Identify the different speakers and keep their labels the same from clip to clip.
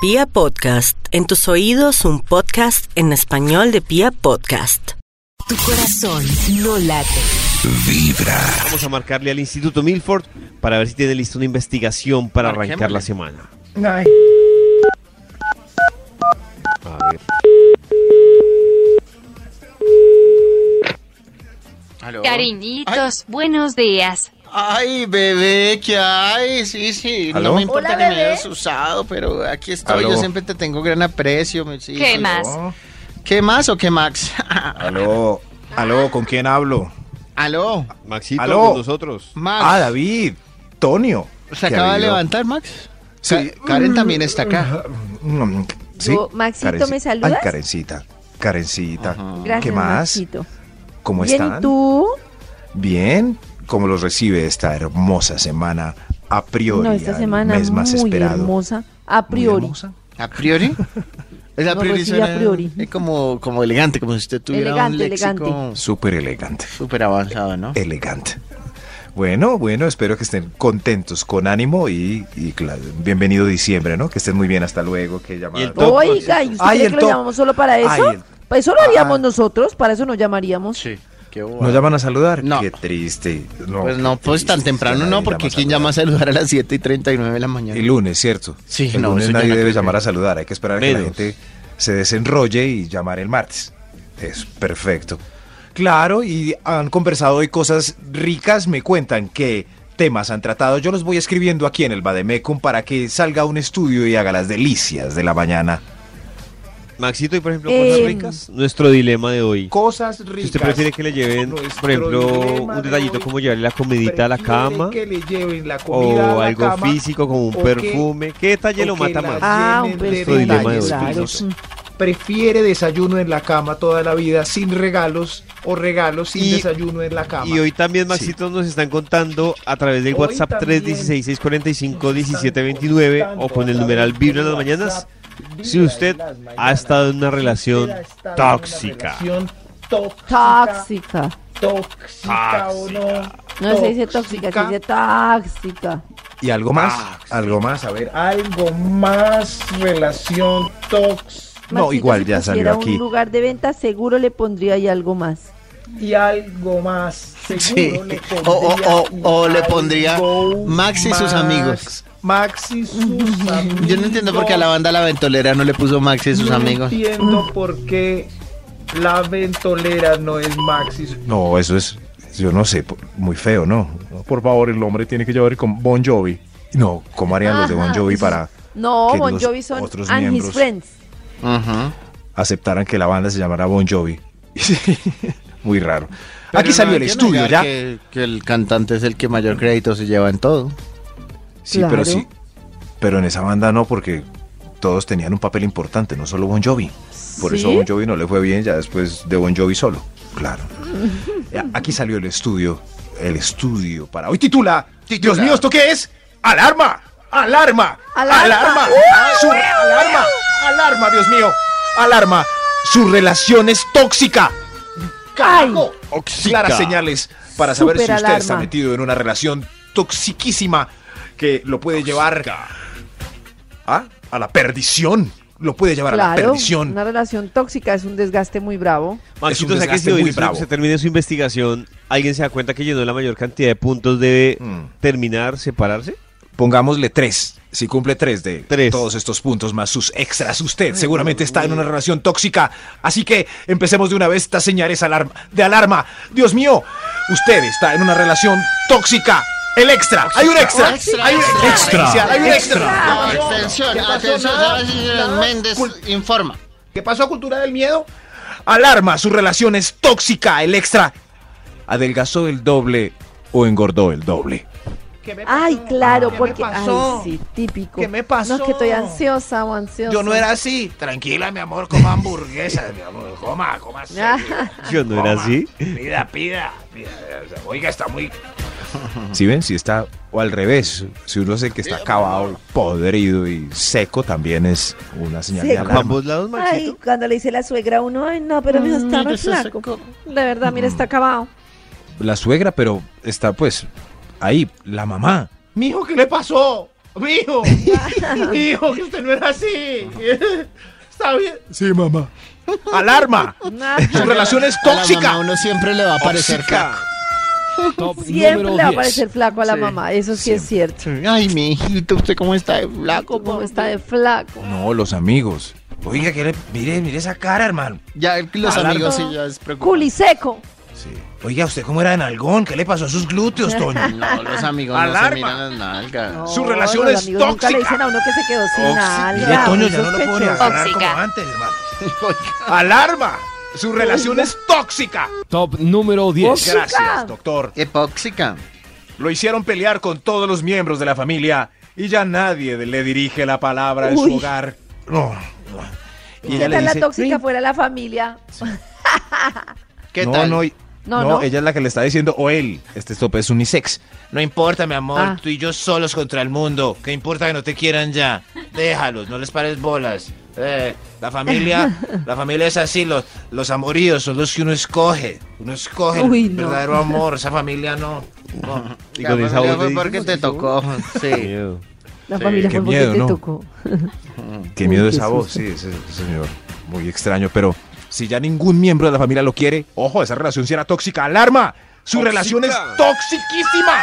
Speaker 1: Pia Podcast, en tus oídos un podcast en español de Pia Podcast.
Speaker 2: Tu corazón no late.
Speaker 3: Vamos a marcarle al Instituto Milford para ver si tiene lista una investigación para arrancar la semana.
Speaker 4: Ay,
Speaker 3: A ver.
Speaker 5: Aló.
Speaker 6: Cariñitos, buenos días.
Speaker 5: Ay, bebé, ¿qué hay? Sí, sí,
Speaker 3: Aló.
Speaker 5: no me importa
Speaker 4: Hola,
Speaker 5: que me
Speaker 4: bebé.
Speaker 5: hayas usado, pero aquí estoy,
Speaker 3: Aló.
Speaker 5: yo siempre te tengo gran aprecio. mi- sí,
Speaker 6: ¿Qué
Speaker 5: sí.
Speaker 6: más?
Speaker 5: ¿Qué más o qué Max?
Speaker 4: Oh. Aló, aló, ¿con quién hablo?
Speaker 5: Aló,
Speaker 3: Maxito,
Speaker 4: Aló.
Speaker 3: con nosotros.
Speaker 5: Max.
Speaker 4: Ah, David, Tonio.
Speaker 5: ¿Se
Speaker 4: ¿Qué
Speaker 5: acaba
Speaker 4: ha
Speaker 5: de
Speaker 4: habido?
Speaker 5: levantar, Max?
Speaker 4: Sí.
Speaker 5: Ka- Karen también está acá.
Speaker 4: Mm, Sí.
Speaker 7: Yo, Maxito,
Speaker 4: Karenci-
Speaker 7: ¿me saludas?
Speaker 4: Ay, Karencita, Karencita.
Speaker 5: Ajá.
Speaker 7: Gracias,
Speaker 4: ¿Qué más?
Speaker 7: Maxito.
Speaker 4: ¿Cómo
Speaker 7: Bien,
Speaker 4: están?
Speaker 7: ¿y tú?
Speaker 4: Bien. ¿Cómo los recibe esta hermosa semana a priori?
Speaker 7: no, esta
Speaker 4: al
Speaker 7: semana
Speaker 4: mes más
Speaker 7: muy
Speaker 4: esperado.
Speaker 7: hermosa. A
Speaker 4: Muy
Speaker 7: priori.
Speaker 4: hermosa.
Speaker 5: ¿A priori? Es a
Speaker 7: No,
Speaker 5: priori,
Speaker 7: pues sí, a
Speaker 5: suena-
Speaker 7: priori.
Speaker 5: Es como, como elegante, como si usted tuviera un
Speaker 7: Elegante, elegante.
Speaker 5: léxico
Speaker 4: Súper elegante.
Speaker 5: súper avanzado, ¿no?
Speaker 4: Elegante. Bueno, bueno, espero que estén contentos, con ánimo y, y claro, bienvenido diciembre, ¿no? Que estén muy bien, hasta luego. Que llamada
Speaker 3: el
Speaker 4: tan-
Speaker 3: top,
Speaker 7: Oiga, ¿y usted
Speaker 4: Ay, el
Speaker 7: cree que lo
Speaker 4: top.
Speaker 7: llamamos solo para
Speaker 4: Ay,
Speaker 7: eso?
Speaker 4: el-
Speaker 7: Para eso lo
Speaker 4: Ah,
Speaker 7: haríamos
Speaker 4: ah.
Speaker 7: nosotros, para eso nos llamaríamos.
Speaker 5: Sí, qué
Speaker 4: ¿Nos
Speaker 5: bueno.
Speaker 4: llaman a saludar?
Speaker 5: No.
Speaker 4: Qué triste.
Speaker 5: Pues
Speaker 4: qué
Speaker 5: no, pues tan
Speaker 4: triste,
Speaker 5: temprano
Speaker 4: nadie
Speaker 5: no, porque
Speaker 4: a
Speaker 5: ¿quién llama a
Speaker 4: saludar.
Speaker 5: saludar a las 7 y 39 de la mañana?
Speaker 4: El lunes, ¿cierto?
Speaker 5: Sí,
Speaker 4: el
Speaker 5: no,
Speaker 4: lunes
Speaker 5: eso ya
Speaker 4: nadie
Speaker 5: no
Speaker 4: debe
Speaker 5: creo.
Speaker 4: llamar a saludar, hay que esperar a que la
Speaker 3: Menos.
Speaker 4: gente se desenrolle y llamar el martes. Es perfecto. Claro, y han conversado hoy cosas ricas, me cuentan qué temas han tratado. Yo los voy escribiendo aquí en el Bademecum para que salga un estudio y haga las delicias de la mañana.
Speaker 3: Maxito, y por ejemplo, cosas
Speaker 4: Eh,
Speaker 7: Em.
Speaker 3: ricas. Nuestro dilema de hoy.
Speaker 4: Cosas
Speaker 3: Si
Speaker 4: ricas.
Speaker 3: usted prefiere que le lleven,
Speaker 4: Nuestro
Speaker 3: por ejemplo,
Speaker 4: dilema
Speaker 3: un
Speaker 4: de
Speaker 3: detallito
Speaker 4: hoy,
Speaker 3: como llevarle la comidita a la
Speaker 4: ¿prefiere
Speaker 3: cama
Speaker 4: que le lleven la comida a
Speaker 3: o
Speaker 4: la
Speaker 3: algo
Speaker 4: cama
Speaker 3: físico como
Speaker 4: o
Speaker 3: un
Speaker 4: que-
Speaker 3: perfume? ¿Qué detalle lo
Speaker 4: o que
Speaker 3: mata
Speaker 4: la
Speaker 3: más?
Speaker 7: Ah, un
Speaker 4: llenen de
Speaker 7: perfecto.
Speaker 3: Dilema de hoy,
Speaker 4: detalles,
Speaker 7: claro.
Speaker 4: prefiere desayuno en la cama toda la vida sin regalos o regalos sin
Speaker 3: Y-
Speaker 4: desayuno en la cama.
Speaker 3: Y hoy también, Maxito, nos están contando a través del
Speaker 4: Hoy
Speaker 3: WhatsApp
Speaker 4: también
Speaker 3: 316-645-1729 o con el numeral Vibra en las mañanas si usted ha estado en una relación tóxica.
Speaker 7: Tóxica.
Speaker 4: tóxica o no.
Speaker 7: No se dice tóxica, se dice tóxica.
Speaker 4: Y algo más, algo más, a ver.
Speaker 8: algo más relación tóxica
Speaker 4: No,
Speaker 7: Maxito,
Speaker 4: igual
Speaker 7: si
Speaker 4: ya
Speaker 7: pusiera
Speaker 4: salió aquí.
Speaker 7: un lugar de venta, seguro le pondría ahí algo más.
Speaker 8: y algo más. Seguro
Speaker 5: Sí.
Speaker 8: le
Speaker 5: O, o, o,
Speaker 8: pondría
Speaker 5: o
Speaker 8: y
Speaker 5: le pondría
Speaker 8: algo
Speaker 5: Max y sus
Speaker 8: más.
Speaker 5: amigos.
Speaker 8: Max y sus amigos.
Speaker 5: Yo no entiendo por qué a la banda La Ventolera no le puso Max y sus
Speaker 8: No
Speaker 5: amigos.
Speaker 8: entiendo por qué la ventolera no es Max y sus
Speaker 4: No, eso es, yo no sé, po- muy feo, ¿no? Por favor, el hombre tiene que llevar con Bon Jovi. No, ¿cómo harían los de Bon
Speaker 7: Ajá,
Speaker 4: Jovi
Speaker 7: esos-
Speaker 4: para
Speaker 7: No,
Speaker 4: que
Speaker 7: Bon
Speaker 4: los
Speaker 7: Jovi son
Speaker 4: otros
Speaker 7: and
Speaker 4: miembros-
Speaker 7: his friends.
Speaker 5: Ajá.
Speaker 4: aceptaran que la banda se llamara Bon Jovi? muy raro.
Speaker 5: Pero
Speaker 4: Aquí
Speaker 5: no
Speaker 4: salió
Speaker 5: hay
Speaker 4: el
Speaker 5: que
Speaker 4: estudio
Speaker 5: negar
Speaker 4: ya.
Speaker 5: Que, que el cantante es el que mayor crédito se lleva en todo.
Speaker 4: Sí, pero
Speaker 7: Claro.
Speaker 4: sí. Pero en esa banda no, porque todos tenían un papel importante, no solo Bon Jovi. Por eso
Speaker 7: ¿Sí?
Speaker 4: Bon Jovi no le fue bien ya después de Bon Jovi solo. Claro. Ya, Aquí salió el estudio, el estudio para hoy titula, Dios mío, ¿esto qué es? ¡Alarma! ¡Alarma!
Speaker 7: ¡Alarma!
Speaker 4: ¡Alarma! Ah, Su- ¡Alarma! ¡Alarma, Dios mío! ¡Alarma! Su relación es tóxica.
Speaker 7: ¡Ay!
Speaker 4: Claras señales para saber si usted
Speaker 7: Superalarma.
Speaker 4: está metido en una relación toxiquísima que lo puede llevar a, a la perdición. Lo puede llevar a la
Speaker 7: Claro,
Speaker 4: perdición.
Speaker 7: una relación tóxica es un desgaste muy bravo.
Speaker 3: Maxito,
Speaker 4: un
Speaker 3: o sea que si
Speaker 4: desgaste
Speaker 3: hoy
Speaker 4: muy
Speaker 3: se-
Speaker 4: bravo.
Speaker 3: se termina su investigación, alguien se da cuenta que llenó la mayor cantidad de puntos, debe
Speaker 4: Mm.
Speaker 3: terminar, separarse.
Speaker 4: Pongámosle tres. Si cumple tres de
Speaker 3: Tres.
Speaker 4: todos estos puntos más sus extras, usted seguramente está en una relación tóxica. Así que empecemos de una vez estas señales alarma, de alarma. Dios mío, usted está en una relación tóxica. El extra. Hay un extra. Hay un extra. Hay un extra.
Speaker 5: Atención, atención, señoras y señores, Méndez informa.
Speaker 4: ¿Qué pasó, cultura del miedo? Alarma, su relación es tóxica, el extra. ¿Adelgazó el doble o engordó el doble?
Speaker 8: ¿Qué me
Speaker 7: Ay,
Speaker 8: pasó?
Speaker 7: claro,
Speaker 8: ¿Qué me
Speaker 7: porque
Speaker 8: pasó?
Speaker 7: ay, sí, típico.
Speaker 8: ¿Qué me pasó?
Speaker 7: No, que estoy ansiosa o ansiosa.
Speaker 4: Yo no era así. Tranquila, mi amor, coma hamburguesas, mi amor. Coma, coma. serio.
Speaker 3: Yo no era
Speaker 4: Coma.
Speaker 3: así.
Speaker 4: Pida, pida. pida. O sea, Oiga, está muy... Si ven, si está... O al revés, si uno sé que está acabado, podrido y seco, también es una señal de
Speaker 7: Seco.
Speaker 4: alarma.
Speaker 3: Ambos lados, Maxito.
Speaker 7: Ay, cuando le dice la suegra a uno, ay, no, pero
Speaker 4: Mm,
Speaker 7: mi hijo está re flaco. De verdad, mira, está acabado.
Speaker 4: La suegra, pero está pues ahí, la mamá.
Speaker 8: Mijo, ¿qué le pasó? Mijo, mijo, que usted no era así. Está bien.
Speaker 4: Sí, mamá. ¡Alarma! Su relación es
Speaker 5: A la mamá
Speaker 4: tóxica.
Speaker 5: uno siempre le va a parecer
Speaker 4: Tóxica.
Speaker 5: flaco.
Speaker 9: Top
Speaker 7: Siempre
Speaker 9: número
Speaker 7: le va a
Speaker 9: 10.
Speaker 7: parecer flaco a la mamá, eso sí es cierto.
Speaker 5: Ay, mi hijito, ¿usted cómo está de flaco?
Speaker 7: Como
Speaker 5: papi?
Speaker 7: está de flaco.
Speaker 4: No, los amigos. Oiga, que le- mire, mire esa cara, hermano.
Speaker 5: Ya los
Speaker 4: Alarma.
Speaker 5: amigos sí ya es preocupante.
Speaker 7: Culiseco.
Speaker 4: Sí. Oiga, ¿usted cómo era en algón? ¿Qué le pasó a sus glúteos, Toño?
Speaker 5: No, los amigos no
Speaker 4: Alarma.
Speaker 5: se miran las nalgas.
Speaker 4: Su relación
Speaker 7: los
Speaker 4: es
Speaker 7: amigos Nunca le
Speaker 4: tóxica.
Speaker 7: dicen a uno que se quedó sin nada.
Speaker 4: Mire, Toño, ya no lo puedo ni agarrar como
Speaker 6: Tóxica.
Speaker 4: antes, hermano. ¡Alarma! Su relación es tóxica.
Speaker 9: Top número 10.
Speaker 4: Gracias, doctor.
Speaker 5: Epóxica.
Speaker 4: Lo hicieron pelear con todos los miembros de la familia y ya nadie le dirige la palabra en
Speaker 7: Uy.
Speaker 4: su hogar. No. no.
Speaker 7: ¿Y qué tal la tóxica fuera la familia?
Speaker 5: ¿Qué
Speaker 4: no,
Speaker 5: tal?
Speaker 4: No, y-
Speaker 7: No,
Speaker 4: no,
Speaker 7: no.
Speaker 4: ella es la que le está diciendo, o él, este tope es unisex. No importa, mi amor,
Speaker 7: Ah.
Speaker 4: tú y yo solos contra el mundo. ¿Qué importa que no te quieran ya? Déjalos, no les pares bolas. Eh, la familia, la familia es así, los, los amoríos son los que uno escoge. Uno escoge
Speaker 7: Uy,
Speaker 4: el
Speaker 7: no.
Speaker 4: verdadero amor, esa familia no. no.
Speaker 3: Y
Speaker 5: La
Speaker 3: con esa
Speaker 5: familia
Speaker 3: voz
Speaker 5: fue
Speaker 3: le
Speaker 5: porque
Speaker 3: dices,
Speaker 5: te
Speaker 3: "Ay, yo".
Speaker 5: tocó. Sí.
Speaker 3: Miedo.
Speaker 7: La
Speaker 5: Sí,
Speaker 7: familia
Speaker 4: qué
Speaker 7: fue porque
Speaker 4: miedo,
Speaker 7: te
Speaker 4: ¿no?
Speaker 7: tocó.
Speaker 4: Qué miedo
Speaker 7: Uy, qué
Speaker 4: esa voz,
Speaker 7: susto.
Speaker 4: sí, ese, ese señor. Muy extraño, pero si ya ningún miembro de la familia lo quiere, ojo, esa relación sí era tóxica. ¡Alarma! Su
Speaker 3: Tóxica.
Speaker 4: relación es toxiquísima.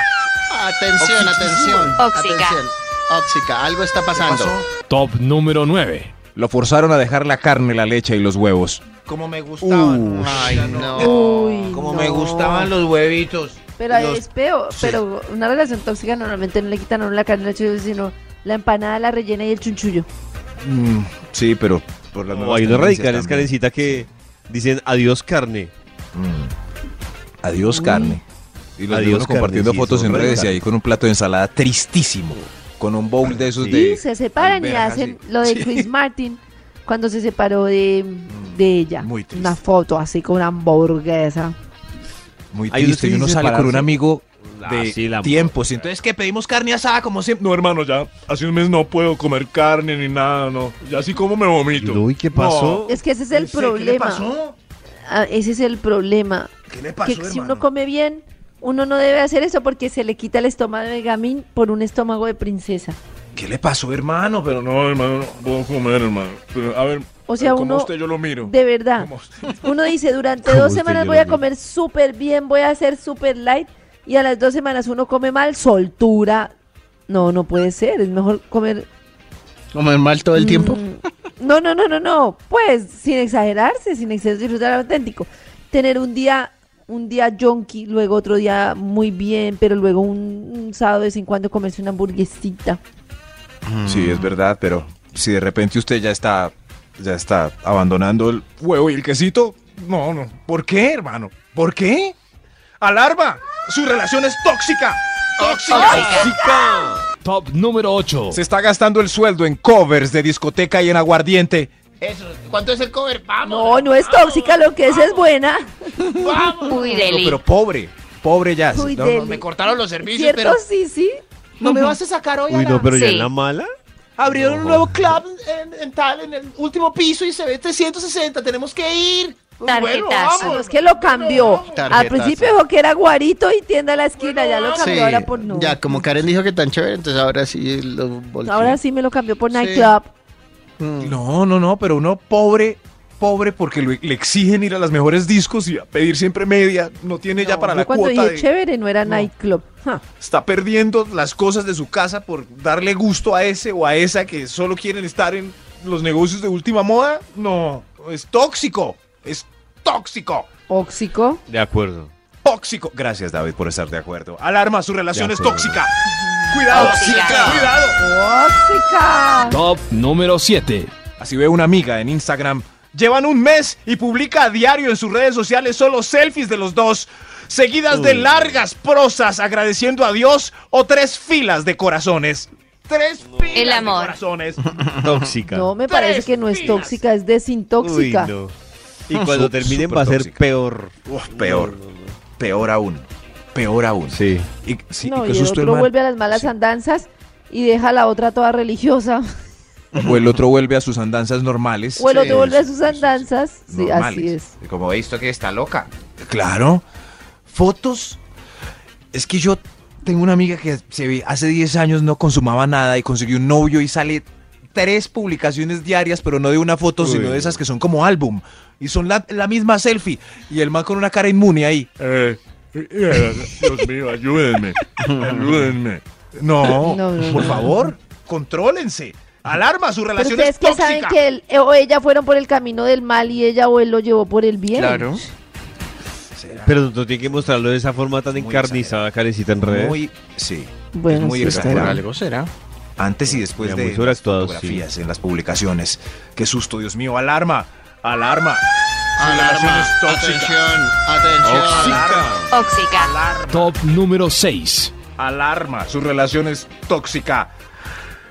Speaker 5: Atención, atención.
Speaker 6: Óxica.
Speaker 5: Atención. Óxica, algo está pasando.
Speaker 9: Top número 9.
Speaker 4: Lo forzaron a dejar la carne, la leche y los huevos. Como me gustaban.
Speaker 5: Ay, no.
Speaker 7: Uy,
Speaker 4: Como
Speaker 7: no.
Speaker 4: me gustaban los huevitos.
Speaker 7: Pero
Speaker 4: Los-
Speaker 7: es peor,
Speaker 4: sí.
Speaker 7: pero una relación tóxica normalmente no le quitan a uno la carne, sino la empanada, la rellena y el chunchullo.
Speaker 4: Mm, sí, pero por las
Speaker 3: No,
Speaker 4: nuevas
Speaker 3: hay unos
Speaker 4: tendencias
Speaker 3: radicales,
Speaker 4: también.
Speaker 3: Karencita, que dicen adiós carne.
Speaker 4: Mm. Adiós, carne. Y los
Speaker 3: Mm. Adiós,
Speaker 4: de uno
Speaker 3: carne,
Speaker 4: compartiendo
Speaker 3: sí,
Speaker 4: fotos
Speaker 3: son
Speaker 4: en redes y
Speaker 3: radicales.
Speaker 4: ahí con un plato de ensalada tristísimo. Con un bowl de esos
Speaker 3: Sí.
Speaker 4: de.
Speaker 7: Y se separan
Speaker 4: alberjas,
Speaker 7: y hacen
Speaker 4: sí.
Speaker 7: lo de
Speaker 4: Sí. Mm,
Speaker 7: Chris Martin cuando se separó de, de ella.
Speaker 4: muy triste.
Speaker 7: Una foto así con una hamburguesa.
Speaker 4: Muy
Speaker 3: Hay unos
Speaker 4: triste. Y
Speaker 3: que
Speaker 4: uno
Speaker 3: dicen
Speaker 4: sale con un
Speaker 3: separarse.
Speaker 4: amigo
Speaker 3: Ah,
Speaker 4: de
Speaker 3: sí, la-
Speaker 4: tiempos. Entonces, que pedimos carne asada como siempre. No, hermano, ya hace un mes no puedo comer carne ni nada, no. Ya así como me vomito.
Speaker 3: Uy, ¿qué pasó?
Speaker 7: Es que ese es el problema.
Speaker 8: ¿Qué le pasó?
Speaker 7: Ah, ese es el problema.
Speaker 4: ¿Qué le
Speaker 7: que si uno come bien, uno no debe hacer eso porque se le quita el estómago de gamín por un estómago de princesa.
Speaker 4: ¿Qué le pasó, hermano? Pero no, hermano, no puedo comer, hermano. Pero, a ver,
Speaker 7: O sea,
Speaker 4: como
Speaker 7: uno-
Speaker 4: usted yo lo miro.
Speaker 7: De verdad.
Speaker 4: Como usted.
Speaker 7: Uno dice, durante
Speaker 3: Como
Speaker 7: dos
Speaker 3: usted
Speaker 7: semanas
Speaker 3: ya
Speaker 7: voy
Speaker 3: lo
Speaker 7: a
Speaker 3: vi.
Speaker 7: comer súper bien, voy a hacer súper light. Y a las dos semanas uno come mal, soltura. No, no puede ser. Es mejor comer
Speaker 5: Comer mal todo el tiempo.
Speaker 7: Mm, No, no, no, no, no. Pues sin exagerarse, sin exceso, disfrutar auténtico. Tener un día, un día yonki, luego otro día muy bien, pero luego un, un sábado de vez en cuando comerse una hamburguesita.
Speaker 4: Sí, es verdad, pero si de repente usted ya está, ya está abandonando el huevo y el quesito, no, no. ¿Por qué, hermano? ¿Por qué? ¡Alarma! ¡Su relación es tóxica! ¡Tóxica!
Speaker 9: Top número 8.
Speaker 4: Se está gastando el sueldo en covers de discoteca y en aguardiente.
Speaker 5: Eso. ¿Cuánto es el cover? Vamos.
Speaker 7: No, no es tóxica, lo que es es buena.
Speaker 6: Uy,
Speaker 4: No,
Speaker 6: deli.
Speaker 4: pero pobre, pobre ya.
Speaker 7: Uy,
Speaker 4: No, no,
Speaker 7: deli.
Speaker 4: me co-
Speaker 5: cortaron los
Speaker 7: ¿Cierto? Sí, sí.
Speaker 5: No me vas a sacar hoy.
Speaker 3: Uy, no, pero ya
Speaker 6: Sí.
Speaker 3: en la mala.
Speaker 5: Abrieron un nuevo club en, en tal, en el último piso y se ve 360. Tenemos que ir.
Speaker 6: Tarjetazo.
Speaker 7: Ah, no, es que lo cambió.
Speaker 5: Tarjetazo.
Speaker 7: Al principio dijo que era guarito y tienda a la esquina, ya lo
Speaker 5: Sí,
Speaker 7: cambió ahora por no.
Speaker 5: Ya, como Karen dijo que tan chévere, entonces ahora sí lo volteé.
Speaker 7: Ahora sí me lo cambió por
Speaker 5: Sí.
Speaker 7: nightclub.
Speaker 5: Mm.
Speaker 4: No, no, no, pero uno pobre, pobre porque lo- e, le exigen ir a los mejores discos y a pedir siempre media. No tiene ya
Speaker 7: No,
Speaker 4: para
Speaker 7: yo
Speaker 4: la
Speaker 7: cuando
Speaker 4: cuota.
Speaker 7: dije
Speaker 4: de-
Speaker 7: chévere no era nightclub. Ja.
Speaker 4: está perdiendo las cosas de su casa por darle gusto a ese o a esa que solo quieren estar en los negocios de última moda. No, es tóxico, es tóxico,
Speaker 7: Óxico.
Speaker 3: De acuerdo.
Speaker 4: tóxico. Gracias David por estar de acuerdo. Alarma, su relación
Speaker 3: De
Speaker 4: es
Speaker 3: acuerdo.
Speaker 4: tóxica. Cuidado,
Speaker 6: Tóxica.
Speaker 4: cuidado.
Speaker 7: ¡Tóxica!
Speaker 9: Top número 7.
Speaker 4: Así veo una amiga en Instagram. Llevan un mes y publica a diario en sus redes sociales solo selfies de los dos, seguidas de
Speaker 3: Uy.
Speaker 4: largas prosas agradeciendo a Dios o tres filas de corazones. Tres filas
Speaker 6: El amor.
Speaker 4: de corazones. Oh,
Speaker 3: Tóxica.
Speaker 7: No, me parece que no es
Speaker 4: pilas.
Speaker 7: tóxica, es desintóxica.
Speaker 3: Uy, no. Y cuando
Speaker 4: Sup-
Speaker 3: terminen
Speaker 4: súper
Speaker 3: va a ser
Speaker 4: tóxica.
Speaker 3: peor.
Speaker 4: Uf, peor. Peor aún. Peor aún.
Speaker 3: Sí.
Speaker 4: Y, sí,
Speaker 7: No,
Speaker 4: y qué
Speaker 7: y el
Speaker 4: susto,
Speaker 7: otro
Speaker 4: hermano.
Speaker 7: vuelve a las malas
Speaker 4: Sí.
Speaker 7: andanzas y deja a la otra toda religiosa.
Speaker 4: O el otro vuelve a sus andanzas normales.
Speaker 7: O el
Speaker 5: Sí,
Speaker 7: otro vuelve a
Speaker 4: sí,
Speaker 7: sus
Speaker 4: sí, sí.
Speaker 7: andanzas. Sí, así es.
Speaker 4: Como he visto que está loca. Claro. Fotos. Es que yo Tengo una amiga que se ve- hace 10 años no consumaba nada y consiguió un novio y sale tres publicaciones diarias, pero no de una foto, sino de esas que son como álbum. Y son la, la misma selfie. Y el man con una cara inmune ahí.
Speaker 10: Dios mío, ayúdenme. Ayúdenme.
Speaker 4: No,
Speaker 7: No, no,
Speaker 4: por
Speaker 7: no.
Speaker 4: favor, contrólense. Alarma, su
Speaker 7: Pero
Speaker 4: relación
Speaker 7: ustedes
Speaker 4: es
Speaker 7: que
Speaker 4: tóxica.
Speaker 7: saben que él o ella fueron por el camino del mal y ella o él lo llevó por el bien.
Speaker 11: Claro.
Speaker 3: Pero no tiene que mostrarlo de esa forma tan encarnizada, carecita en redes.
Speaker 4: Muy, sí.
Speaker 7: Bueno,
Speaker 4: es muy
Speaker 7: sí,
Speaker 4: exagerado.
Speaker 11: Por algo será.
Speaker 4: Antes y después
Speaker 3: Ya,
Speaker 4: de
Speaker 3: muy
Speaker 4: las
Speaker 3: sobreactuado, sí.
Speaker 4: fotografías en las publicaciones. Qué susto, Dios mío, alarma, alarma.
Speaker 11: Alarma. Atención. Atención.
Speaker 4: Alarma,
Speaker 6: Óxica.
Speaker 9: Top número 6.
Speaker 4: alarma, su relación es tóxica.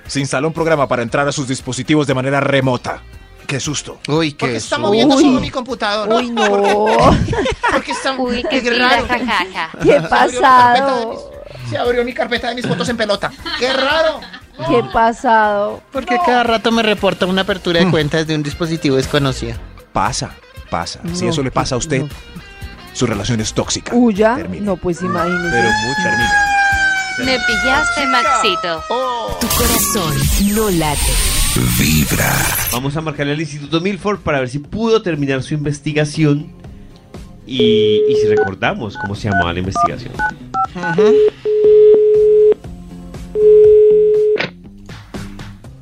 Speaker 4: Se instaló un programa para entrar a sus dispositivos de manera remota. Qué susto.
Speaker 11: Oh. Uy,
Speaker 5: Porque
Speaker 11: qué
Speaker 5: está
Speaker 11: susto.
Speaker 5: moviendo
Speaker 7: Uy.
Speaker 5: solo mi computadora.
Speaker 7: Uy, no.
Speaker 5: Porque está
Speaker 6: Uy, qué
Speaker 5: raro.
Speaker 6: pila, jajaja.
Speaker 7: Qué
Speaker 5: Se abrió mi carpeta de
Speaker 7: pasado.
Speaker 5: mis- Se abrió mi carpeta de mis fotos en pelota. ¡Qué raro!
Speaker 7: Qué pasado.
Speaker 11: Porque cada rato me reporta una apertura de cuentas de un dispositivo desconocido.
Speaker 4: Pasa, pasa. si
Speaker 7: No,
Speaker 4: eso le pasa a usted,
Speaker 7: no.
Speaker 4: su relación es tóxica.
Speaker 7: Huya.
Speaker 4: Termine.
Speaker 7: No, pues imagínese.
Speaker 4: Pero mucho. Termine.
Speaker 6: Me pillaste, Maxito.
Speaker 2: Tu corazón no late.
Speaker 3: Vamos a marcarle al Instituto Milford para ver si pudo terminar su investigación y, y si recordamos cómo se llamaba la investigación.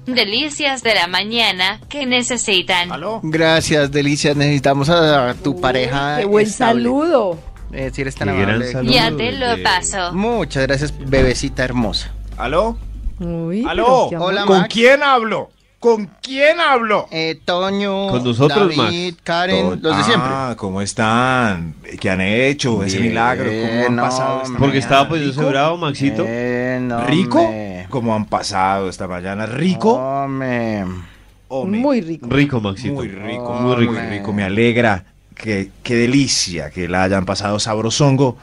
Speaker 6: Delicias de la mañana que necesitan.
Speaker 4: ¿Aló?
Speaker 11: Gracias, Delicia. Necesitamos a, a tu pareja.
Speaker 7: Qué buen
Speaker 11: estable.
Speaker 7: saludo.
Speaker 11: Eh, si eres tan
Speaker 3: Qué gran
Speaker 11: amable.
Speaker 3: saludo.
Speaker 6: Ya te lo paso.
Speaker 11: Muchas gracias, bebecita hermosa.
Speaker 4: ¿Aló?
Speaker 7: Uy,
Speaker 4: ¿Aló?
Speaker 7: pero qué amor.
Speaker 11: Hola,
Speaker 4: ¿Con
Speaker 11: Max.
Speaker 4: quién hablo? ¿Con quién hablo?
Speaker 11: Eh, Toño,
Speaker 3: Con nosotros,
Speaker 11: David, Karen,
Speaker 4: Todo-
Speaker 11: los de siempre.
Speaker 4: Ah, ¿cómo están? ¿Qué han hecho? Ese
Speaker 11: Bien,
Speaker 4: milagro, ¿cómo han
Speaker 11: no,
Speaker 4: pasado esta
Speaker 3: Porque
Speaker 11: Mañana,
Speaker 3: estaba pues, poniéndose
Speaker 4: ¿Rico?
Speaker 3: bravo, Maxito.
Speaker 11: Eh, no,
Speaker 4: ¿Rico?
Speaker 11: me.
Speaker 4: ¿Cómo han pasado esta mañana? ¿Rico?
Speaker 11: No, me.
Speaker 4: Hombre,
Speaker 7: Muy rico.
Speaker 3: Rico, Maxito.
Speaker 4: muy rico,
Speaker 11: Hombre.
Speaker 4: muy rico, muy rico. Me alegra. Qué, qué delicia que la hayan pasado sabrosongo.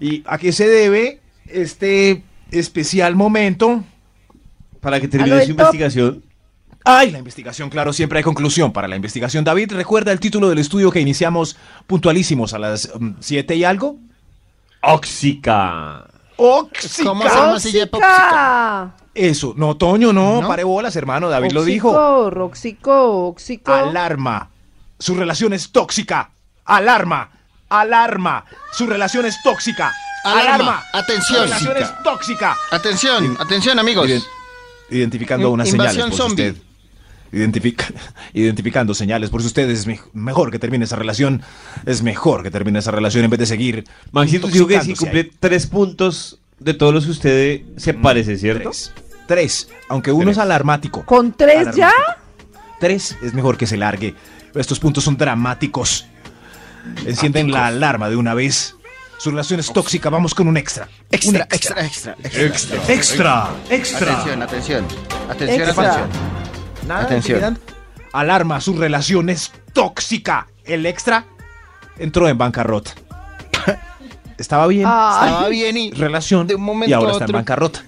Speaker 4: ¿Y a qué se debe este especial momento?
Speaker 3: Para que
Speaker 7: Aló,
Speaker 3: termine
Speaker 7: el
Speaker 3: su
Speaker 7: top.
Speaker 3: investigación.
Speaker 4: Ay, la investigación, claro, siempre hay conclusión para la investigación. David, ¿recuerda el título del estudio que iniciamos puntualísimos a las 7 y algo?
Speaker 3: Óxica.
Speaker 4: ¡Oxica!
Speaker 11: ¿Cómo hacemos si ya popsica?
Speaker 7: ¡Tóxica!
Speaker 4: Eso, no, Toño, no,
Speaker 11: ¿No?
Speaker 4: pare bolas, hermano, David lo dijo.
Speaker 7: Oxico, Roxico, Oxico.
Speaker 4: Alarma. Su relación es tóxica. Alarma. Alarma. Su relación es tóxica.
Speaker 11: Alarma.
Speaker 4: Alarma.
Speaker 11: Atención.
Speaker 4: Su relación es tóxica.
Speaker 11: Atención, atención, amigos.
Speaker 4: Ident- identificando
Speaker 11: In-
Speaker 4: unas
Speaker 11: invasión
Speaker 4: señales por si
Speaker 11: zombie.
Speaker 4: usted. Identifica, identificando señales por si usted es me- mejor que termine esa relación. Es mejor que termine esa relación en vez de seguir.
Speaker 3: Maxito, dijo que si
Speaker 4: intoxicándose
Speaker 3: cumple
Speaker 4: ahí.
Speaker 3: tres puntos de todos los que usted se parece, ¿cierto?
Speaker 4: Mm, Tres. Tres. Aunque uno
Speaker 3: Tres.
Speaker 4: es alarmático.
Speaker 7: ¿Con tres ya?
Speaker 4: Tres, es mejor que se largue. Estos puntos son dramáticos. Encienden la alarma de una vez. Su relación es tóxica, vamos con un extra. Un
Speaker 11: Extra, extra, extra, extra.
Speaker 4: Extra, extra.
Speaker 11: Atención, atención. Atención,
Speaker 7: Extra.
Speaker 11: atención.
Speaker 4: Nada,
Speaker 11: Atención.
Speaker 4: ¿te quedan? Alarma, su relación es tóxica. El extra entró en bancarrota. Estaba bien.
Speaker 7: Ay,
Speaker 11: Estaba Ah, bien y
Speaker 4: Relación.
Speaker 11: de un momento
Speaker 4: y ahora
Speaker 11: a
Speaker 4: está en
Speaker 11: otro.
Speaker 4: bancarrota.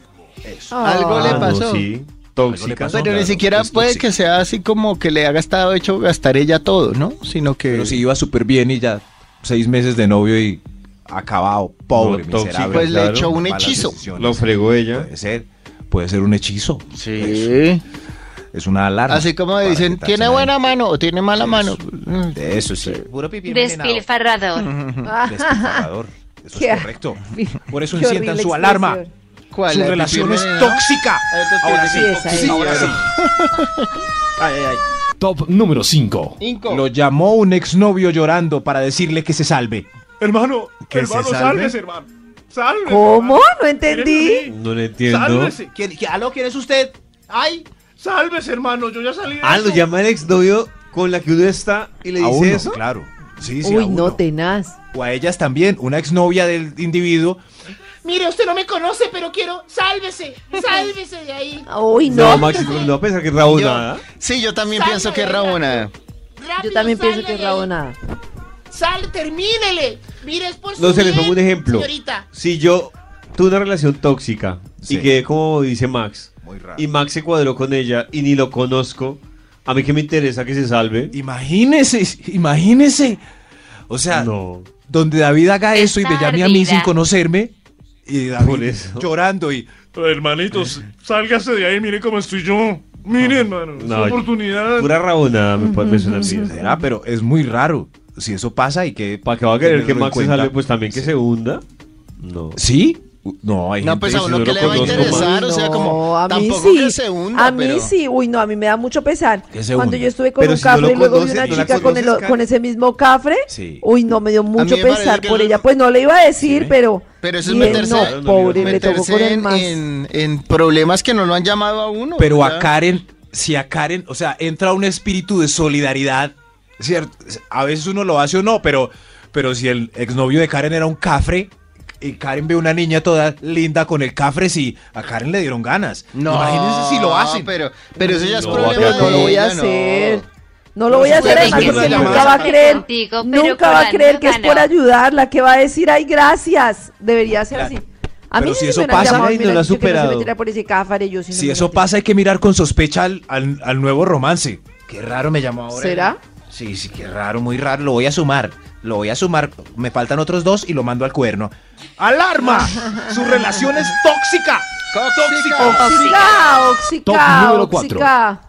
Speaker 11: algo
Speaker 3: Ah,
Speaker 11: le
Speaker 3: no,
Speaker 11: pasó.
Speaker 3: sí. Tóxica.
Speaker 11: Pero
Speaker 4: Claro,
Speaker 11: ni siquiera
Speaker 4: es
Speaker 11: puede
Speaker 4: tóxica.
Speaker 11: que sea así como que le ha gastado hecho gastar ella todo, ¿no? Sino que
Speaker 4: Pero si iba súper bien y ya seis meses de novio y acabado, pobre,
Speaker 3: No, tóxico.
Speaker 4: miserable.
Speaker 11: pues le
Speaker 3: claro,
Speaker 11: echó un
Speaker 4: Malas
Speaker 11: hechizo.
Speaker 4: decisiones.
Speaker 3: Lo fregó ella.
Speaker 4: Puede ser, puede ser un hechizo.
Speaker 11: Sí.
Speaker 4: Es una alarma.
Speaker 11: Así como
Speaker 4: para
Speaker 11: dicen,
Speaker 4: quitarse
Speaker 11: tiene
Speaker 4: la-
Speaker 11: buena mano o tiene mala
Speaker 4: Eso.
Speaker 11: mano.
Speaker 4: Eso sí. Puro
Speaker 6: Despilfarrador.
Speaker 4: Despilfarrador. Eso
Speaker 7: Qué-
Speaker 4: es correcto. Por eso
Speaker 7: qué
Speaker 4: enciendan
Speaker 7: horrible
Speaker 4: su alarma.
Speaker 7: expresión.
Speaker 11: ¿Cuál?
Speaker 4: Su
Speaker 11: ¿La de
Speaker 4: relación
Speaker 11: pipi
Speaker 4: es
Speaker 11: envenenada?
Speaker 4: tóxica.
Speaker 11: Ah,
Speaker 4: Ahora sí,
Speaker 7: Sí, esa es.
Speaker 4: sí, ahora sí.
Speaker 9: Top número 5.
Speaker 11: Cinco.
Speaker 4: Lo llamó un exnovio llorando para decirle que se salve. Hermano,
Speaker 11: ¿Que hermano, se salve? sálvese,
Speaker 4: hermano. Salve.
Speaker 7: ¿Cómo? No entendí.
Speaker 3: No le entiendo.
Speaker 5: ¿Quién, qué- ¿Aló? ¿Quién es usted? ¡Ay! ¡Sálvese, hermano! Yo ya salí de
Speaker 3: Ah, lo
Speaker 5: eso.
Speaker 3: llama el exnovio con la que uno está y le
Speaker 4: a
Speaker 3: dice
Speaker 4: uno,
Speaker 3: eso.
Speaker 4: claro. Sí, sí, a
Speaker 7: Uy, no,
Speaker 4: uno.
Speaker 7: tenaz.
Speaker 4: O a ellas también, una exnovia del individuo.
Speaker 5: Mire, usted no me conoce, pero quiero... ¡Sálvese! ¡Sálvese de ahí!
Speaker 7: Uy,
Speaker 3: No,
Speaker 7: no.
Speaker 3: Maxito, no va a pensar que es
Speaker 11: Yo-
Speaker 3: rabonada.
Speaker 11: Sí, yo también
Speaker 5: Salga
Speaker 11: pienso que es
Speaker 5: de
Speaker 11: rabona.
Speaker 5: Rápido,
Speaker 7: Yo también pienso
Speaker 5: salga
Speaker 7: que es
Speaker 5: de ahí.
Speaker 7: rabonada.
Speaker 5: ¡Sal! ¡Termínele! Mire, es por su
Speaker 3: No se les
Speaker 5: bien,
Speaker 3: pongo un ejemplo.
Speaker 5: señorita.
Speaker 3: Si yo tuve una relación tóxica
Speaker 4: Sí.
Speaker 3: y quedé como dice Max,
Speaker 4: Muy raro.
Speaker 3: y Max se cuadró con ella y ni lo conozco, a mí que me interesa que se salve.
Speaker 4: Imagínese, imagínese. O sea,
Speaker 3: No.
Speaker 4: donde David haga eso y me
Speaker 6: Está
Speaker 4: llame a mí
Speaker 6: ardida.
Speaker 4: sin conocerme, Y David llorando y...
Speaker 10: Hermanitos, sálgase de ahí, miren cómo estoy yo. Miren, hermano, es
Speaker 4: No,
Speaker 10: una oportunidad.
Speaker 4: Pura rabonada me, me suena así. Será, pero es muy raro. Si eso pasa y que... ¿Para
Speaker 3: que va a querer que Max se salve, pues también que se hunda. No.
Speaker 4: ¿Sí? No, hay
Speaker 3: No,
Speaker 4: gente
Speaker 3: pues,
Speaker 4: que
Speaker 3: a
Speaker 4: si
Speaker 3: uno
Speaker 4: no
Speaker 3: que
Speaker 4: lo
Speaker 3: le va a
Speaker 4: conozco,
Speaker 3: interesar,
Speaker 4: Max.
Speaker 11: o sea, como,
Speaker 7: a mí
Speaker 11: tampoco
Speaker 7: sí.
Speaker 11: que se hunda,
Speaker 7: a mí
Speaker 11: pero-
Speaker 7: sí, uy, no, a mí me da mucho pesar.
Speaker 4: Que se
Speaker 7: Cuando
Speaker 4: hunda.
Speaker 7: yo estuve con
Speaker 4: Pero
Speaker 7: un
Speaker 4: si no
Speaker 7: cafre
Speaker 4: lo
Speaker 7: y luego vi
Speaker 4: conoces,
Speaker 7: una
Speaker 4: no la
Speaker 7: chica con, el,
Speaker 4: conoces, Karen.
Speaker 7: con ese mismo cafre,
Speaker 4: Sí.
Speaker 7: uy, no, me dio mucho
Speaker 11: me parece
Speaker 7: pesar
Speaker 11: que
Speaker 7: por
Speaker 11: lo-
Speaker 7: ella. Pues no le iba a decir, pero.
Speaker 11: Pero eso es
Speaker 7: bien,
Speaker 11: meterse,
Speaker 7: No, pobre, me tocó
Speaker 11: meterse
Speaker 7: con el
Speaker 11: en,
Speaker 7: más.
Speaker 11: en- en problemas que no lo han llamado a uno.
Speaker 4: Pero a
Speaker 11: ¿verdad?
Speaker 4: Karen, si a Karen, o sea, entra un espíritu de solidaridad, ¿cierto? A veces uno lo hace o no, pero, pero si el exnovio de Karen era un cafre, y Karen ve una niña toda linda con el cafre, si a Karen le dieron ganas.
Speaker 11: No,
Speaker 4: Imagínense si lo hacen.
Speaker 11: Pero, pero eso ya es
Speaker 4: No,
Speaker 11: problema
Speaker 4: acá
Speaker 11: de
Speaker 7: No lo voy a
Speaker 11: ella, no.
Speaker 7: hacer. No
Speaker 11: No
Speaker 7: lo voy
Speaker 11: se
Speaker 7: a hacer
Speaker 11: puede
Speaker 7: además
Speaker 11: decir
Speaker 7: porque
Speaker 11: que no.
Speaker 7: nunca va a creer.
Speaker 6: Contigo, pero
Speaker 7: Nunca va a
Speaker 6: con
Speaker 7: creer que es
Speaker 6: Ana.
Speaker 7: por ayudarla, que va a decir, ay, gracias. Debería ser así. A mí
Speaker 4: Pero si
Speaker 7: sí
Speaker 4: eso
Speaker 7: me hubieran
Speaker 4: pasa,
Speaker 7: llamado y
Speaker 4: ay,
Speaker 7: me
Speaker 4: no lo
Speaker 7: hubieran
Speaker 4: ha
Speaker 7: dicho que No se
Speaker 4: superado.
Speaker 7: metiera por ese cáfare, yo sí no
Speaker 4: Si
Speaker 7: me
Speaker 4: eso pasa, hay que mirar con sospecha al, al- al nuevo romance. Qué raro me llamó ahora.
Speaker 7: ¿Será?
Speaker 4: Sí, sí, qué raro, muy raro. Lo voy a sumar. Lo voy a sumar. Me faltan otros dos y lo mando al cuerno. ¡Alarma! Su relación es tóxica. Tóxica.
Speaker 7: Oxica, oxica, oxica.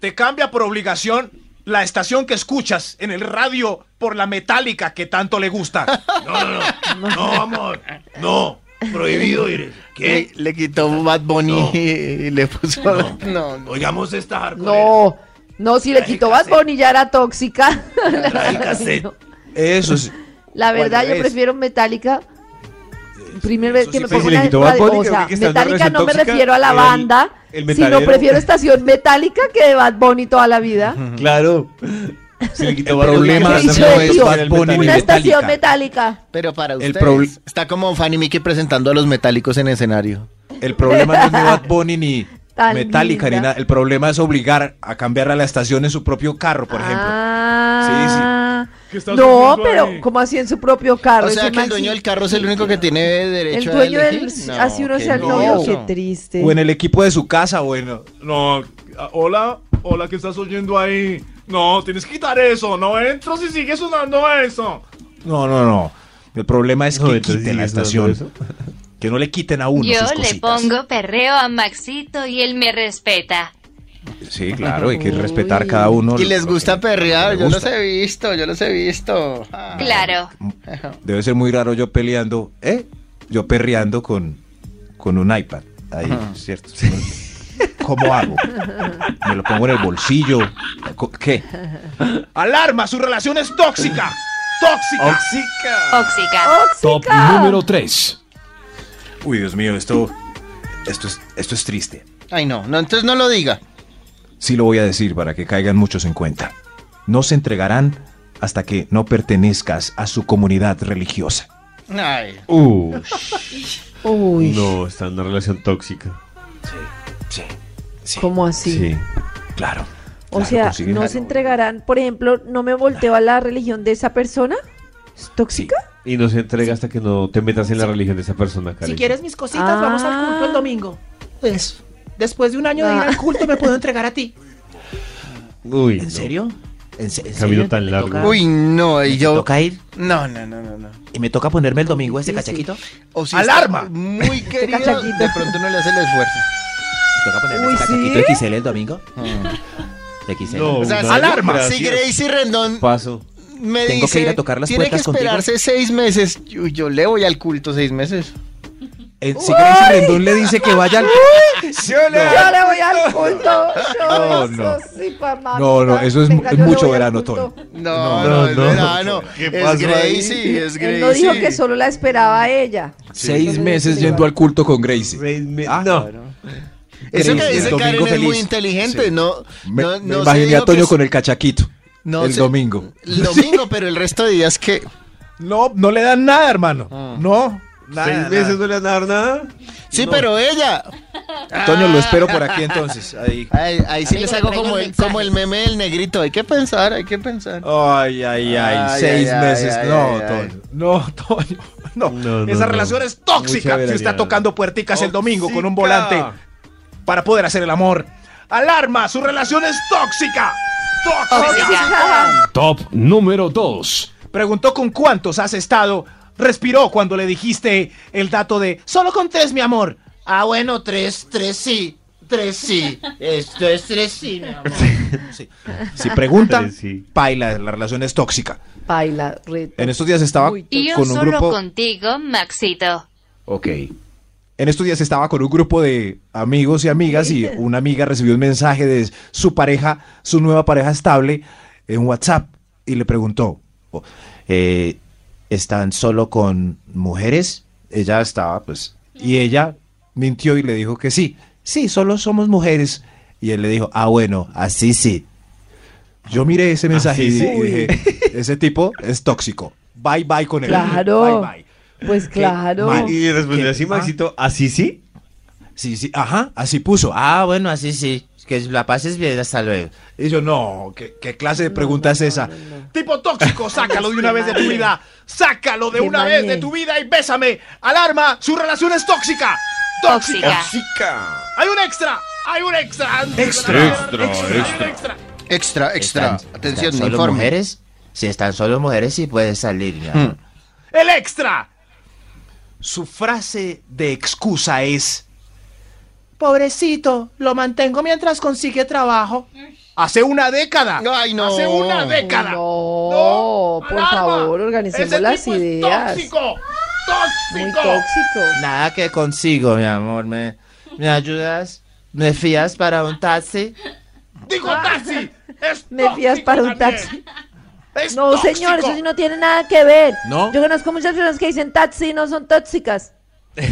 Speaker 4: Te cambia por obligación la estación que escuchas en el radio por la metálica que tanto le gusta. No, no, no. No, amor. No. Prohibido ir.
Speaker 11: Le, le quitó Bad Bunny y le puso. No, no.
Speaker 4: Oigamos esta hardcore.
Speaker 7: No, no, si le quitó Bad Bunny ya era tóxica.
Speaker 4: Eso sí.
Speaker 7: La verdad,
Speaker 4: Bueno,
Speaker 7: yo
Speaker 4: es-
Speaker 7: prefiero Metallica. Primera vez que me
Speaker 3: Pues si
Speaker 7: pongo
Speaker 3: le
Speaker 7: una
Speaker 3: quitó Bad
Speaker 7: radio-
Speaker 3: Bunny,
Speaker 7: O
Speaker 3: creo
Speaker 7: sea,
Speaker 3: que está en una
Speaker 7: Metallica
Speaker 3: relación
Speaker 7: no me
Speaker 3: tóxica,
Speaker 7: refiero a la
Speaker 3: el-
Speaker 7: banda,
Speaker 3: el
Speaker 7: sino
Speaker 3: metalero.
Speaker 7: prefiero estación Metallica que de Bad Bunny toda la vida.
Speaker 3: Claro. Se le quitó
Speaker 4: El
Speaker 3: Bad Bunny,
Speaker 4: problema
Speaker 3: que
Speaker 4: no
Speaker 3: se le
Speaker 4: es
Speaker 3: quitó
Speaker 4: Bad
Speaker 3: el
Speaker 4: Bunny
Speaker 3: metal.
Speaker 4: ni
Speaker 7: Una estación Metallica.
Speaker 11: Pero para
Speaker 4: El
Speaker 11: ustedes,
Speaker 4: proble-
Speaker 11: está como Fanny Mickey presentando a los metálicos en escenario.
Speaker 4: El problema no es ni Bad Bunny ni
Speaker 7: Tan
Speaker 4: Metallica ni
Speaker 7: linda.
Speaker 4: nada. El problema es obligar a cambiar a la estación en su propio carro, por ejemplo.
Speaker 7: Ah,
Speaker 10: ¿Qué estás
Speaker 7: No,
Speaker 10: haciendo
Speaker 7: pero
Speaker 10: ahí?
Speaker 7: como así en su propio carro.
Speaker 11: O
Speaker 7: ese
Speaker 11: sea que
Speaker 7: man
Speaker 11: el dueño
Speaker 7: sí-
Speaker 11: del carro es el único que tiene derecho
Speaker 7: El dueño
Speaker 11: a
Speaker 7: del.
Speaker 11: elegir. No,
Speaker 7: Así uno
Speaker 11: qué
Speaker 7: sea el novio.
Speaker 11: miedo.
Speaker 7: Qué triste.
Speaker 4: O en el equipo de su casa, bueno.
Speaker 10: No, ah, hola, hola, ¿qué estás oyendo ahí? No, tienes que quitar eso. No entro si sigue sonando eso.
Speaker 4: No, no, no. El problema es que
Speaker 3: No, entonces
Speaker 4: quiten la
Speaker 3: sigues
Speaker 4: estación.
Speaker 3: dando
Speaker 4: Que no le quiten a uno
Speaker 6: Yo
Speaker 4: sus
Speaker 6: le
Speaker 4: cositas.
Speaker 6: pongo perreo a Maxito y él me respeta.
Speaker 4: Sí, claro, hay que respetar cada uno.
Speaker 11: Y les
Speaker 4: lo que-
Speaker 11: gusta
Speaker 4: lo
Speaker 11: perrear,
Speaker 4: que le
Speaker 11: yo los
Speaker 4: gusta.
Speaker 11: he visto, yo los he visto. Ah.
Speaker 6: Claro.
Speaker 4: Debe ser muy raro yo peleando, ¿eh? Yo perreando con, con un iPad. Ahí, ¿cierto? ¿Cómo hago? Me lo pongo en el bolsillo. Co- ¿Qué? ¡Alarma! ¡Su relación es tóxica! ¡Tóxica! Ah.
Speaker 6: Óxica.
Speaker 9: Top
Speaker 7: Tóxica.
Speaker 9: número 3.
Speaker 4: Uy, Dios mío, esto, esto, es, esto es triste.
Speaker 11: Ay, no, no, entonces no lo diga.
Speaker 4: Sí lo voy a decir para que caigan muchos en cuenta. No se entregarán hasta que no pertenezcas a su comunidad religiosa.
Speaker 11: Ay.
Speaker 3: Uh,
Speaker 7: Uy,
Speaker 3: no, está en una relación tóxica.
Speaker 4: Sí, sí.
Speaker 7: ¿cómo así?
Speaker 4: Claro.
Speaker 7: O sea, ¿no se entregarán, por ejemplo, no me volteo a la religión de esa persona? ¿Es tóxica?
Speaker 3: Y no se entrega hasta que no te metas en la religión de esa persona, Karen.
Speaker 5: Si quieres mis cositas,
Speaker 7: Ah.
Speaker 5: vamos al culto el domingo. Eso. Después de un año de ir
Speaker 7: Ah.
Speaker 5: al culto, me puedo entregar a ti.
Speaker 3: Uy, no.
Speaker 4: ¿En, se- en
Speaker 3: Camino
Speaker 4: serio?
Speaker 3: tan largo.
Speaker 11: Uy, no, y yo.
Speaker 4: ¿Toca ir?
Speaker 11: No, no, no, no, no.
Speaker 4: ¿Y me toca ponerme el domingo ese
Speaker 7: Sí, sí.
Speaker 4: cachaquito?
Speaker 11: O si
Speaker 4: ¡Alarma!
Speaker 11: está Muy
Speaker 4: Este
Speaker 11: querido,
Speaker 7: cachaquito.
Speaker 11: de pronto no le hace el esfuerzo.
Speaker 4: ¿Me toca ponerme
Speaker 7: Uy,
Speaker 4: ese cachaquito
Speaker 7: ¿sí? Ah.
Speaker 4: XL el domingo? XL.
Speaker 3: No,
Speaker 11: O sea,
Speaker 3: una
Speaker 11: si-
Speaker 4: Oh, ¡Alarma!
Speaker 11: Si Gracie Rendón
Speaker 3: Paso.
Speaker 11: me
Speaker 4: ¿Tengo que
Speaker 11: dice,
Speaker 4: ir a tocar las
Speaker 11: tiene que
Speaker 4: puertas contigo?"
Speaker 11: esperarse seis meses, yo, yo le voy al culto seis meses.
Speaker 4: Eh, si Gracie Rendón le dice que vaya al...
Speaker 7: Yo le voy al culto.
Speaker 4: No,
Speaker 7: Yo
Speaker 4: no.
Speaker 7: eso sí, mamá.
Speaker 4: No, no, eso es mu-
Speaker 7: Venga, yo le
Speaker 4: mucho
Speaker 7: voy al
Speaker 4: verano,
Speaker 7: culto.
Speaker 4: Tony.
Speaker 11: No,
Speaker 3: No,
Speaker 11: no, es
Speaker 3: no.
Speaker 11: verano.
Speaker 3: ¿Qué
Speaker 11: Es
Speaker 3: pasó
Speaker 11: Gracie, es Gracie.
Speaker 7: Él no dijo que solo la esperaba a ella.
Speaker 4: Seis
Speaker 7: Sí.
Speaker 4: meses yendo al culto con Gracie. Ah,
Speaker 3: no.
Speaker 11: Eso
Speaker 4: Gracie,
Speaker 11: que dice
Speaker 4: el domingo
Speaker 11: Karen es muy
Speaker 4: feliz.
Speaker 11: inteligente,
Speaker 4: Sí.
Speaker 11: no,
Speaker 4: Me,
Speaker 11: no,
Speaker 4: me
Speaker 11: no se
Speaker 4: imaginé
Speaker 11: dijo
Speaker 4: a
Speaker 11: que
Speaker 4: Toño
Speaker 11: es-
Speaker 4: con el cachaquito
Speaker 11: no
Speaker 4: el
Speaker 11: se-
Speaker 4: domingo.
Speaker 11: El domingo, pero el resto de días que...
Speaker 4: No, no le dan nada, hermano. No.
Speaker 3: ¿Seis meses no le van a dar nada?
Speaker 11: Sí, pero ella.
Speaker 4: Toño, lo espero por aquí entonces. Ahí.
Speaker 11: Ahí, ahí sí
Speaker 6: Amigo,
Speaker 11: les hago
Speaker 6: traigo
Speaker 11: como el,
Speaker 6: mensajes.
Speaker 11: como el meme del negrito. Hay que pensar, hay que pensar.
Speaker 4: Ay, ay, ay,
Speaker 11: Ay,
Speaker 4: seis
Speaker 11: ay, ay,
Speaker 4: meses.
Speaker 11: ay,
Speaker 4: no,
Speaker 11: ay, ay.
Speaker 4: Toño. No, Toño. No.
Speaker 3: No, no,
Speaker 4: Esa
Speaker 3: no.
Speaker 4: relación es
Speaker 3: Mucha
Speaker 4: tóxica. Si
Speaker 3: veracidad.
Speaker 4: está tocando puerticas el domingo con un
Speaker 3: Tóxica.
Speaker 4: volante para poder hacer el amor. ¡Alarma! ¡Su relación es tóxica! ¡Tóxica!
Speaker 6: Óxica.
Speaker 9: Top número 2.
Speaker 4: Preguntó con cuántos has estado. respiró cuando le dijiste el dato de solo con tres, mi amor.
Speaker 5: Ah, bueno, tres, tres sí. Tres sí. Esto es tres sí, mi amor.
Speaker 4: Sí. Si preguntan,
Speaker 3: Tres sí.
Speaker 4: paila, la relación es tóxica.
Speaker 7: Baila, red.
Speaker 4: En estos días estaba con
Speaker 6: Y yo
Speaker 4: un
Speaker 6: solo
Speaker 4: grupo.
Speaker 6: contigo, Maxito.
Speaker 4: Ok. En estos días estaba con un grupo de amigos y amigas y una amiga recibió un mensaje de su pareja, su nueva pareja estable, en WhatsApp y le preguntó, oh, eh, ¿están solo con mujeres? Ella estaba, pues, y ella mintió y le dijo que sí, sí, solo somos mujeres. Y él le dijo, ah, bueno, así sí. Yo miré ese mensaje
Speaker 3: Así
Speaker 4: y,
Speaker 3: sí.
Speaker 4: y dije, ese tipo es tóxico. Bye, bye con él.
Speaker 7: Claro.
Speaker 4: Bye, bye.
Speaker 7: Pues claro.
Speaker 4: mal.
Speaker 3: Ah, Y respondió
Speaker 4: ¿Qué
Speaker 3: así,
Speaker 4: pa-
Speaker 3: Maxito, así sí.
Speaker 4: Sí, sí, ajá, así puso.
Speaker 11: Ah, bueno, así sí. Que la pases bien, hasta luego.
Speaker 4: Y yo, no, ¿qué, qué clase de pregunta es esa?
Speaker 8: Tipo tóxico, sácalo de una vez de tu vida. Sácalo de
Speaker 7: Qué
Speaker 8: una
Speaker 7: mañe.
Speaker 8: vez de tu vida y bésame. Alarma, su relación es tóxica. Tóxica.
Speaker 6: Tóxica.
Speaker 8: Hay un extra. Hay un extra.
Speaker 4: Extra,
Speaker 8: Extra, extra. extra.
Speaker 11: Extra, extra. Atención,
Speaker 12: ¿Están solo
Speaker 11: informe.
Speaker 12: mujeres? Si están solo mujeres, sí puedes salir. mi amor.
Speaker 8: El extra.
Speaker 4: Su frase de excusa es,
Speaker 5: Pobrecito, lo mantengo mientras consigue trabajo.
Speaker 4: hace una década.
Speaker 11: Ay, no.
Speaker 8: Hace una década.
Speaker 7: No, por
Speaker 8: alarma.
Speaker 7: favor, organicemos
Speaker 8: Ese
Speaker 7: las
Speaker 8: tipo es
Speaker 7: ideas.
Speaker 8: Tóxico.
Speaker 7: Muy
Speaker 8: Tóxico.
Speaker 7: tóxico.
Speaker 12: Nada que consigo, mi amor. ¿Me, me ayudas? ¿Me fías para un taxi?
Speaker 8: Digo taxi. Es
Speaker 7: Me fías
Speaker 8: tóxico
Speaker 7: para un
Speaker 8: también.
Speaker 7: taxi.
Speaker 8: Es
Speaker 7: No,
Speaker 8: tóxico.
Speaker 7: señor, eso sí no tiene nada que ver.
Speaker 4: ¿No?
Speaker 7: Yo conozco muchas personas que dicen taxi y no son tóxicas.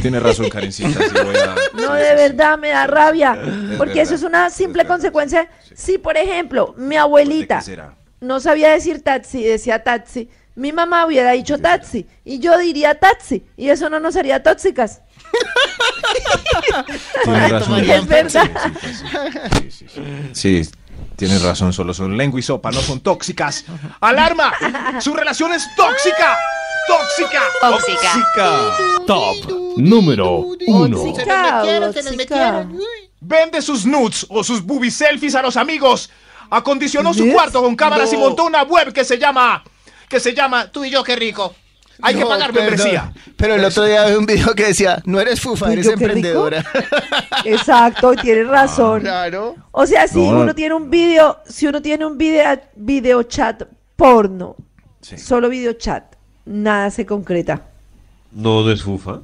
Speaker 4: Tiene razón, Karencita. sí voy a-
Speaker 7: No,
Speaker 4: sí,
Speaker 7: de
Speaker 4: sí,
Speaker 7: verdad, me da rabia. Porque eso
Speaker 4: verdad,
Speaker 7: es una simple
Speaker 4: verdad,
Speaker 7: consecuencia.
Speaker 4: sí.
Speaker 7: Si, por ejemplo, mi
Speaker 4: sí. ¿Por
Speaker 7: abuelita
Speaker 4: qué será?
Speaker 7: no sabía decir taxi, decía taxi, mi mamá hubiera dicho taxi y yo diría taxi y eso no nos haría tóxicas.
Speaker 4: Tiene
Speaker 11: Ay,
Speaker 4: razón.
Speaker 11: tomaría
Speaker 7: Es verdad.
Speaker 4: Sí, sí, sí. Sí, tienes razón, solo son lengua y sopa, no son tóxicas.
Speaker 8: Alarma. Su relación es tóxica. Tóxica.
Speaker 6: Tóxica.
Speaker 9: Top número 1.
Speaker 7: Tóxica.
Speaker 11: Se nos metieron, se nos
Speaker 7: Tóxica.
Speaker 11: metieron.
Speaker 8: Vende sus nudes o sus booby selfies a los amigos. Acondicionó su
Speaker 7: ¿Ves?
Speaker 8: cuarto con cámaras y
Speaker 11: No.
Speaker 8: montó una web que se llama que se llama Tú y yo qué rico. Hay que
Speaker 11: No,
Speaker 8: pagar
Speaker 11: perdón.
Speaker 8: membresía.
Speaker 11: Pero el otro día vi un video que decía, no eres fufa,
Speaker 7: Uy,
Speaker 11: eres
Speaker 7: Pues, yo qué rico.
Speaker 11: emprendedora.
Speaker 7: Exacto, y tienes razón.
Speaker 11: Claro.
Speaker 7: O sea, si
Speaker 4: No, no.
Speaker 7: uno tiene un video, si uno tiene un video, video chat porno,
Speaker 4: Sí.
Speaker 7: solo video chat, nada se concreta.
Speaker 3: No, no es fufa.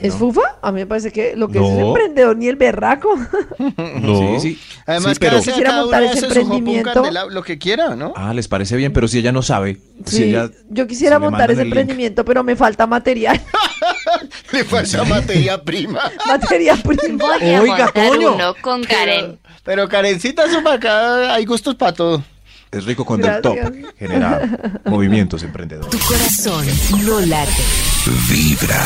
Speaker 7: ¿Es fufa? A mí me parece que lo que es un
Speaker 3: No.
Speaker 7: emprendedor ni el berraco.
Speaker 3: No.
Speaker 4: Sí, sí.
Speaker 11: Además,
Speaker 4: Sí, pero...
Speaker 11: cada,
Speaker 7: Quisiera
Speaker 11: cada
Speaker 7: montar
Speaker 11: una de
Speaker 7: ese
Speaker 11: esas su jopo, un
Speaker 7: emprendimiento.
Speaker 11: candelabro, lo que quiera, ¿no?
Speaker 4: Ah, les parece bien, pero si ella no sabe. si
Speaker 7: Sí,
Speaker 4: ella-
Speaker 7: yo quisiera
Speaker 4: si le
Speaker 7: montar
Speaker 4: mandan
Speaker 7: ese
Speaker 4: el link.
Speaker 7: emprendimiento, pero me falta material,
Speaker 11: Le falta materia prima.
Speaker 7: materia prima.
Speaker 6: Voy a
Speaker 4: Oiga,
Speaker 6: montar
Speaker 4: coño.
Speaker 6: uno con Karen.
Speaker 11: Pero Karencita, su acá hay gustos para todo.
Speaker 4: Es rico cuando el top
Speaker 7: Gracias.
Speaker 4: genera movimientos emprendedores.
Speaker 2: Tu corazón no late.
Speaker 1: Vibra.